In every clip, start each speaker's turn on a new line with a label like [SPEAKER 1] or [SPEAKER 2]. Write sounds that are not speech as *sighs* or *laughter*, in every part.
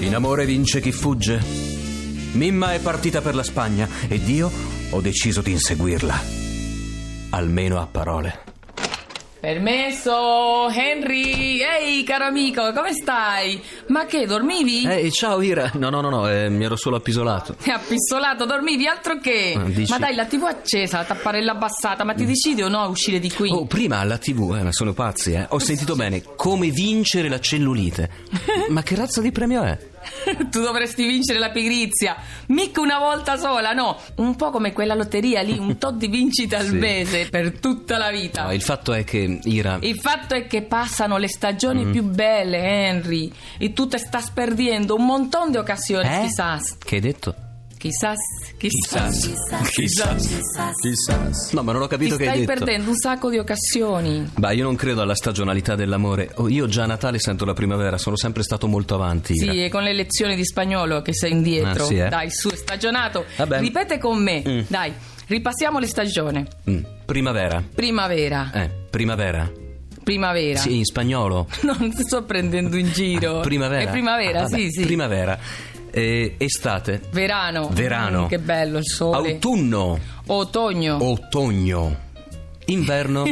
[SPEAKER 1] In amore vince chi fugge. Mimma è partita per la Spagna ed io ho deciso di inseguirla. Almeno a parole.
[SPEAKER 2] Permesso, Henry. Ehi, caro amico, come stai? Ma che, dormivi?
[SPEAKER 1] Ehi, ciao Ira. No, no, no, no, eh, mi ero solo appisolato.
[SPEAKER 2] Ti ha pissolato, dormivi altro che.
[SPEAKER 1] Ah, dici?
[SPEAKER 2] Ma dai, la TV accesa, la tapparella abbassata, ma ti decidi o no a uscire di qui?
[SPEAKER 1] Oh, prima alla TV, eh, ma sono pazzi, eh. Ho sentito bene come vincere la cellulite. Ma che razza di premio è?
[SPEAKER 2] *laughs* tu dovresti vincere la pigrizia, mica una volta sola, no? Un po' come quella lotteria lì, un tot di vincita al
[SPEAKER 1] Sì.
[SPEAKER 2] mese per tutta la vita.
[SPEAKER 1] No, il fatto è che Ira.
[SPEAKER 2] Il fatto è che passano le stagioni
[SPEAKER 1] Mm.
[SPEAKER 2] più belle, Henry, e tu te stai perdendo un montone di occasioni,
[SPEAKER 1] Eh?
[SPEAKER 2] chissas,
[SPEAKER 1] Che hai detto?
[SPEAKER 2] chissas, chissas.
[SPEAKER 1] Chissas. Chissas. No, ma non ho
[SPEAKER 2] Ti
[SPEAKER 1] capito che
[SPEAKER 2] stai
[SPEAKER 1] hai detto.
[SPEAKER 2] perdendo un sacco di occasioni.
[SPEAKER 1] Bah, io non credo alla stagionalità dell'amore. Oh, io già a Natale sento la primavera, sono sempre stato molto avanti. Ira.
[SPEAKER 2] Sì, e con le lezioni di spagnolo che sei indietro.
[SPEAKER 1] Ah, sì, eh?
[SPEAKER 2] Dai, su, è stagionato.
[SPEAKER 1] Vabbè.
[SPEAKER 2] Ripete con me.
[SPEAKER 1] Mm.
[SPEAKER 2] Dai, ripassiamo le stagioni.
[SPEAKER 1] Mm, Primavera.
[SPEAKER 2] Primavera,
[SPEAKER 1] Eh, primavera.
[SPEAKER 2] primavera.
[SPEAKER 1] Sì, in spagnolo.
[SPEAKER 2] *laughs*
[SPEAKER 1] Ah,
[SPEAKER 2] Non ti sto prendendo in giro.
[SPEAKER 1] Primavera.
[SPEAKER 2] È primavera,
[SPEAKER 1] Ah, vabbè,
[SPEAKER 2] sì, sì.
[SPEAKER 1] Primavera. Eh, estate.
[SPEAKER 2] Verano.
[SPEAKER 1] Verano.
[SPEAKER 2] Mm, che bello il sole.
[SPEAKER 1] Autunno.
[SPEAKER 2] Ottogno.
[SPEAKER 1] Ottogno.
[SPEAKER 2] *laughs*
[SPEAKER 1] Inverno.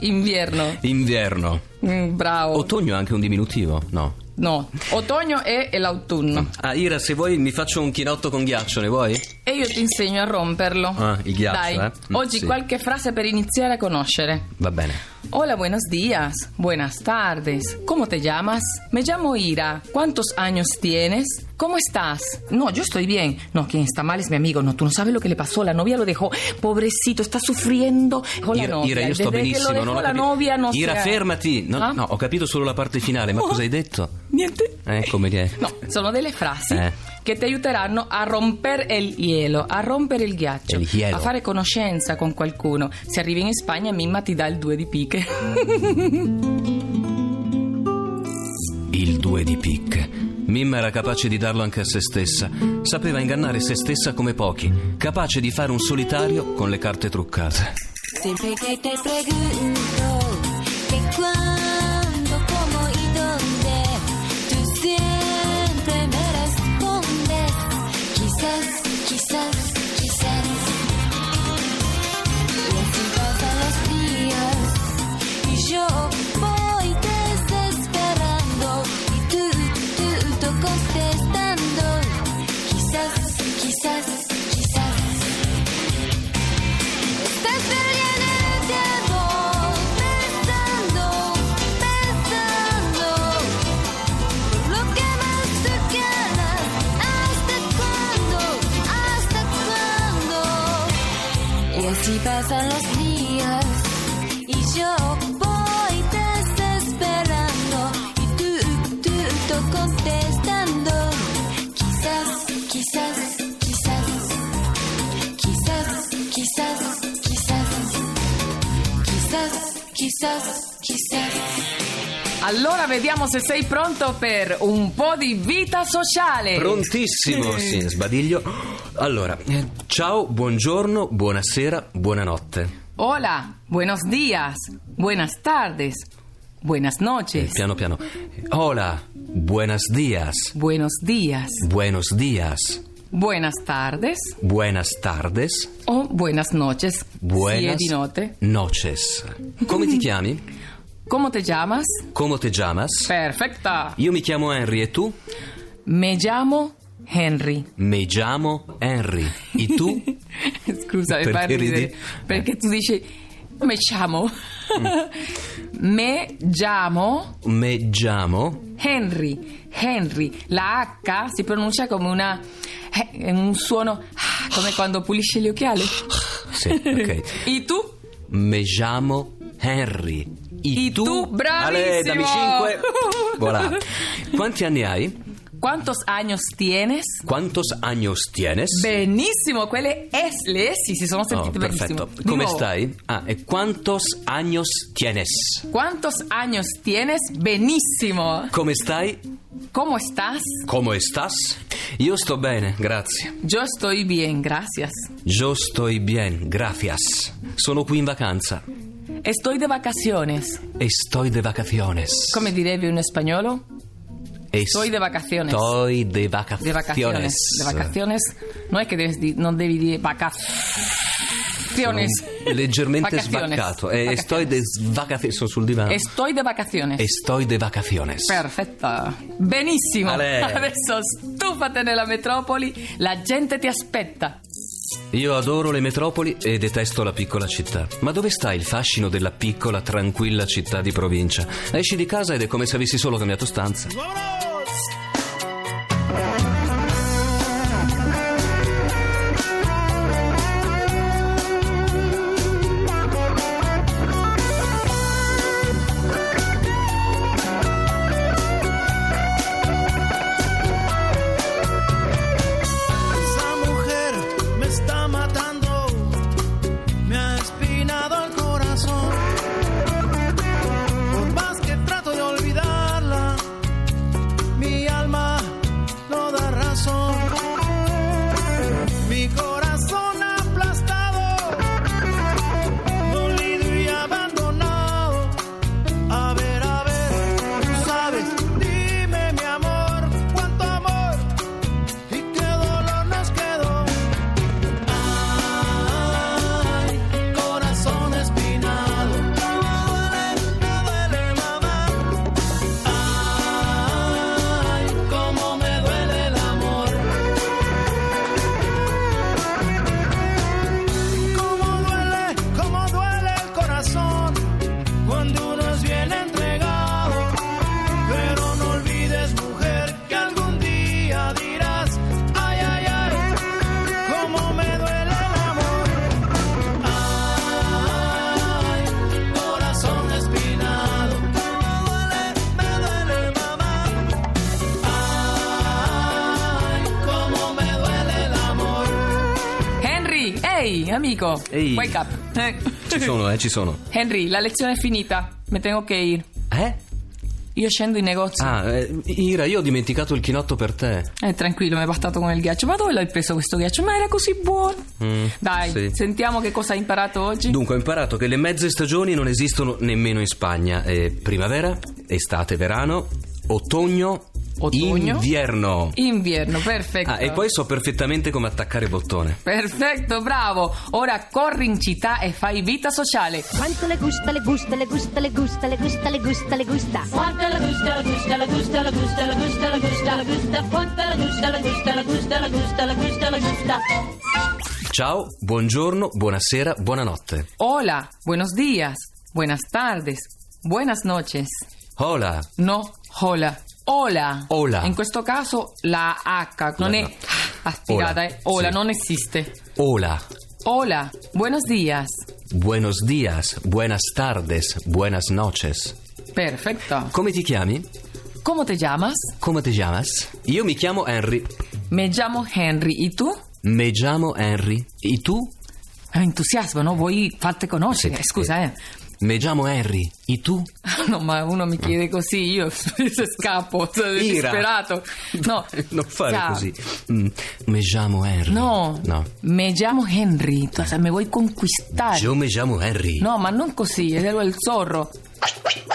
[SPEAKER 2] Invierno.
[SPEAKER 1] Inverno.
[SPEAKER 2] Mm, bravo.
[SPEAKER 1] Ottogno è anche un diminutivo, no?
[SPEAKER 2] no, ottogno è, è l'autunno.
[SPEAKER 1] Ah, Ira, se vuoi mi faccio un chinotto con ghiaccio, ne vuoi?
[SPEAKER 2] E io ti insegno a romperlo.
[SPEAKER 1] Ah, il ghiaccio,
[SPEAKER 2] Dai,
[SPEAKER 1] eh? Mm,
[SPEAKER 2] oggi
[SPEAKER 1] sì.
[SPEAKER 2] qualche frase per iniziare a conoscere.
[SPEAKER 1] Va bene.
[SPEAKER 2] Hola, buenos días, buenas tardes. ¿Cómo te llamas? Me llamo Ira. ¿Cuántos años tienes? ¿Cómo estás? No, yo estoy bien. No, quien está mal es mi amigo. No, tú no sabes lo que le pasó. La novia lo dejó. Pobrecito, está sufriendo. Dejó la
[SPEAKER 1] Ira,
[SPEAKER 2] novia.
[SPEAKER 1] Ira, io sto
[SPEAKER 2] Desde
[SPEAKER 1] benissimo.
[SPEAKER 2] Que lo
[SPEAKER 1] non
[SPEAKER 2] dejó
[SPEAKER 1] ho
[SPEAKER 2] la
[SPEAKER 1] capito-
[SPEAKER 2] novia, no
[SPEAKER 1] Ira,
[SPEAKER 2] se ha-
[SPEAKER 1] fermati. No,
[SPEAKER 2] Ah?
[SPEAKER 1] no, ho capito solo la parte finale, ma
[SPEAKER 2] Oh.
[SPEAKER 1] cosa hai detto?
[SPEAKER 2] Niente.
[SPEAKER 1] Eh, come niente.
[SPEAKER 2] No, sono delle frasi
[SPEAKER 1] Eh.
[SPEAKER 2] che ti aiuteranno a romper il hielo, a rompere il ghiaccio,
[SPEAKER 1] Il hielo.
[SPEAKER 2] a fare conoscenza con qualcuno. Se arrivi in Spagna, Mimma ti dà il due di picche.
[SPEAKER 1] Mm. Il due di picche. Mimma era capace di darlo anche a se stessa. Sapeva ingannare se stessa come pochi, capace di fare un solitario con le carte truccate.
[SPEAKER 3] Siempre que te pregunto que cuándo, cómo y dónde, tú siempre me respondes. Quizás, quizás, quizás. Y así pasan los días y yo voy desesperando y tú, tú, tú contestando. Quizás, quizás, quizás. Estás perdiendo el tiempo pensando, pensando Lo que más te quieras ¿Hasta cuándo? ¿Hasta cuándo? Y así pasan los días Y yo voy desesperando Y tú, tú, tú contestando Quizás, quizás, quizás Quizás, quizás, quizás, quizás, quizás, quizás.
[SPEAKER 2] Allora vediamo se sei pronto per un po' di vita sociale. *laughs*
[SPEAKER 1] Prontissimo, sì, sbadiglio. Allora, eh, ciao, buongiorno, buonasera, buonanotte.
[SPEAKER 2] Hola, buenos días, buenas tardes, buenas
[SPEAKER 1] Eh,
[SPEAKER 2] noches,
[SPEAKER 1] Piano piano. Hola, buenos días,
[SPEAKER 2] buenos días,
[SPEAKER 1] buenos días,
[SPEAKER 2] buenas tardes
[SPEAKER 1] buenas tardes,
[SPEAKER 2] o buenas noches. Sì, è
[SPEAKER 1] buenas
[SPEAKER 2] di notte.
[SPEAKER 1] noches. Come ti chiami?
[SPEAKER 2] Come te llamas?
[SPEAKER 1] Come te chiamas?
[SPEAKER 2] Perfecta.
[SPEAKER 1] Io mi chiamo Henry e tu?
[SPEAKER 2] Me llamo Henry.
[SPEAKER 1] Mi chiamo Henry. E tu?
[SPEAKER 2] *laughs* Scusa, mi fa
[SPEAKER 1] Perché ridi?
[SPEAKER 2] ridere. Perché tu dici me chiamo.
[SPEAKER 1] Mm.
[SPEAKER 2] *laughs* me chiamo
[SPEAKER 1] Me chiamo
[SPEAKER 2] Henry. Henry. La H si pronuncia come una. eh, un *sighs* suono. ah, come quando pulisce gli occhiali.
[SPEAKER 1] Sì,
[SPEAKER 2] *laughs*
[SPEAKER 1] ok.
[SPEAKER 2] E tu?
[SPEAKER 1] Me chiamo Henry. E
[SPEAKER 2] E tu? Bravissimo! *laughs*
[SPEAKER 1] Ale, dammi 5. Voilà. Quanti anni hai?
[SPEAKER 2] ¿Cuántos años tienes?
[SPEAKER 1] ¿Cuántos años tienes?
[SPEAKER 2] Benissimo, quelle S, le S si sono
[SPEAKER 1] Oh,
[SPEAKER 2] sentite benissimo.
[SPEAKER 1] perfetto.
[SPEAKER 2] Di
[SPEAKER 1] Come
[SPEAKER 2] nuovo.
[SPEAKER 1] stai? Ah, e quantos años tienes?
[SPEAKER 2] ¿Cuántos años tienes? Benissimo.
[SPEAKER 1] Come stai?
[SPEAKER 2] ¿Cómo estás?
[SPEAKER 1] Come estás? Io sto bene, grazie.
[SPEAKER 2] Yo estoy bien, gracias.
[SPEAKER 1] Yo estoy bien, gracias. Sono qui in vacanza.
[SPEAKER 2] Estoy de vacaciones.
[SPEAKER 1] Estoy de vacaciones.
[SPEAKER 2] Come direbbe un spagnolo?
[SPEAKER 1] Estoy
[SPEAKER 2] de vacaciones.
[SPEAKER 1] Estoy de vacaciones.
[SPEAKER 2] De vacaciones. De vacaciones. No es que debes di- non devi dire vacaciones.
[SPEAKER 1] Mm. Leggermente
[SPEAKER 2] Vacaciones.
[SPEAKER 1] svaccato. Eh, estoy de vacaciones. Sono sul divano.
[SPEAKER 2] Estoy de vacaciones.
[SPEAKER 1] Estoy de vacaciones.
[SPEAKER 2] Perfetto, benissimo.
[SPEAKER 1] Ale.
[SPEAKER 2] *laughs* Adesso stufate nella metropoli, la gente ti aspetta.
[SPEAKER 1] Io adoro le metropoli e detesto la piccola città. Ma dove sta il fascino della piccola, tranquilla città di provincia? Esci di casa ed è come se avessi solo cambiato stanza.
[SPEAKER 4] Esa mujer me está matando, me ha espinado el corazón. Por más que trato de olvidarla, mi alma no da razón. Mi corazón aplastado, dolido y abandonado. A ver, a ver, tú sabes, dime mi amor, cuánto amor y qué dolor nos quedó. Ay, corazón espinado, cómo duele, me duele mamá. Ay, cómo me duele el amor. Cómo duele, cómo duele el corazón cuando uno es bien entregado. Pero no olvides, mujer, que algún día dirás, ay, ay, ay, cómo me duele el amor. Ay, corazón espinado, cómo duele, me duele, mamá. Ay, cómo me duele el amor.
[SPEAKER 2] Henry, ehi amico,
[SPEAKER 1] Ehi.
[SPEAKER 2] wake up. *laughs*
[SPEAKER 1] Ci
[SPEAKER 2] Eh.
[SPEAKER 1] sono, eh, ci sono.
[SPEAKER 2] Henry, la lezione è finita, me tengo che ir.
[SPEAKER 1] Eh?
[SPEAKER 2] Io scendo in negozio.
[SPEAKER 1] Ah, eh, Ira, io ho dimenticato il chinotto per te.
[SPEAKER 2] Eh, tranquillo, mi è bastato con il ghiaccio. Ma dove l'hai preso questo ghiaccio? Ma era così buono.
[SPEAKER 1] Mm,
[SPEAKER 2] Dai,
[SPEAKER 1] sì.
[SPEAKER 2] sentiamo che cosa hai imparato oggi.
[SPEAKER 1] Dunque, ho imparato che le mezze stagioni non esistono nemmeno in Spagna. Eh, primavera, estate, verano, ottogno,
[SPEAKER 2] Ottogno.
[SPEAKER 1] invierno.
[SPEAKER 2] Invierno, perfetto.
[SPEAKER 1] Ah, e poi so perfettamente come attaccare bottone.
[SPEAKER 2] Perfetto, bravo. Ora corri in città e fai vita sociale.
[SPEAKER 5] Quanto le gusta, le gusta, le gusta, le gusta, le gusta, le gusta, le gusta.
[SPEAKER 6] Quanto la gusta, la gusta, la gusta, la gusta, la gusta, la gusta, la gusta, quanto la gusta, la gusta, la gusta, la gusta, la gusta, la gusta.
[SPEAKER 1] Ciao, buongiorno, buonasera, buonanotte.
[SPEAKER 2] Hola, buenos días, buenas tardes, buenas noches.
[SPEAKER 1] Hola.
[SPEAKER 2] No, hola. Hola.
[SPEAKER 1] Hola.
[SPEAKER 2] In questo caso la H non
[SPEAKER 1] La-
[SPEAKER 2] è
[SPEAKER 1] no.
[SPEAKER 2] aspirata,
[SPEAKER 1] Hola,
[SPEAKER 2] eh. Hola,
[SPEAKER 1] sì.
[SPEAKER 2] non esiste.
[SPEAKER 1] Hola.
[SPEAKER 2] Hola, buenos días.
[SPEAKER 1] Buenos días, buenas tardes, buenas noches.
[SPEAKER 2] Perfetto.
[SPEAKER 1] Come ti chiami?
[SPEAKER 2] Come te llamas?
[SPEAKER 1] Come ti chiamas? Io mi chiamo Henry.
[SPEAKER 2] Me llamo Henry. E tu?
[SPEAKER 1] Me chiamo Henry. E tu?
[SPEAKER 2] Eh, Entusiasmo, no? Vuoi farti conoscere?
[SPEAKER 1] Sì,
[SPEAKER 2] Scusa, eh. *laughs*
[SPEAKER 1] Me chiamo Henry. E tu?
[SPEAKER 2] No, ma uno mi chiede così, *laughs* io se scappo, sono
[SPEAKER 1] Ira.
[SPEAKER 2] disperato.
[SPEAKER 1] *laughs*
[SPEAKER 2] No,
[SPEAKER 1] Non fare
[SPEAKER 2] Ciao.
[SPEAKER 1] così. Mm, Me chiamo Henry.
[SPEAKER 2] No,
[SPEAKER 1] No.
[SPEAKER 2] mi chiamo Henry, tu sai, mi vuoi conquistare.
[SPEAKER 1] Io mi chiamo Henry.
[SPEAKER 2] No, ma non così, ero il zorro.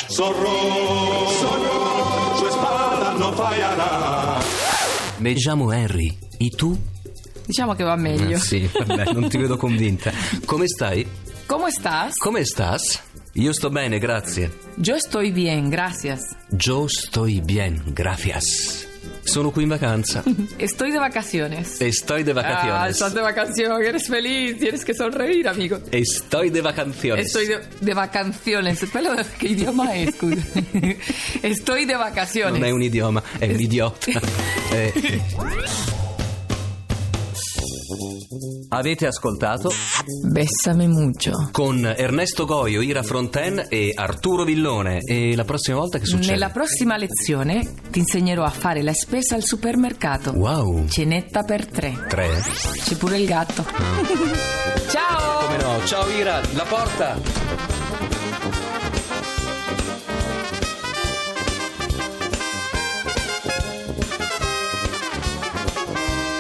[SPEAKER 7] Zorro, zorro, su espada no fallará.
[SPEAKER 1] Me chiamo Henry. E tu?
[SPEAKER 2] Diciamo che va meglio.
[SPEAKER 1] Eh, sì, vabbè, non ti vedo convinta. Come stai?
[SPEAKER 2] Come stas?
[SPEAKER 1] Come stas? Io sto bene, grazie.
[SPEAKER 2] Yo estoy bien, gracias.
[SPEAKER 1] Yo estoy bien, gracias. Sono qui in
[SPEAKER 2] *laughs*
[SPEAKER 1] vacanza.
[SPEAKER 2] Estoy de vacaciones.
[SPEAKER 1] Estoy de
[SPEAKER 2] Ah,
[SPEAKER 1] vacaciones.
[SPEAKER 2] estás de vacaciones, eres feliz, tienes que sonreír, amigo.
[SPEAKER 1] Estoy de vacaciones.
[SPEAKER 2] Estoy de, de vacaciones. Quello che *laughs* idioma è, scusa? Estoy de vacaciones.
[SPEAKER 1] Non
[SPEAKER 2] *laughs*
[SPEAKER 1] è un idioma, è un idiota. Eh, Avete ascoltato
[SPEAKER 2] Bessame mucho.
[SPEAKER 1] con Ernesto Goio, Ira Fronten e Arturo Villone. E la prossima volta che succede?
[SPEAKER 2] Nella prossima lezione ti insegnerò a fare la spesa al supermercato.
[SPEAKER 1] Wow.
[SPEAKER 2] Cenetta per tre.
[SPEAKER 1] Tre.
[SPEAKER 2] C'è pure il gatto.
[SPEAKER 1] *laughs*
[SPEAKER 2] Ciao!
[SPEAKER 1] Come no? Ciao Ira, la porta!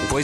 [SPEAKER 1] Puoi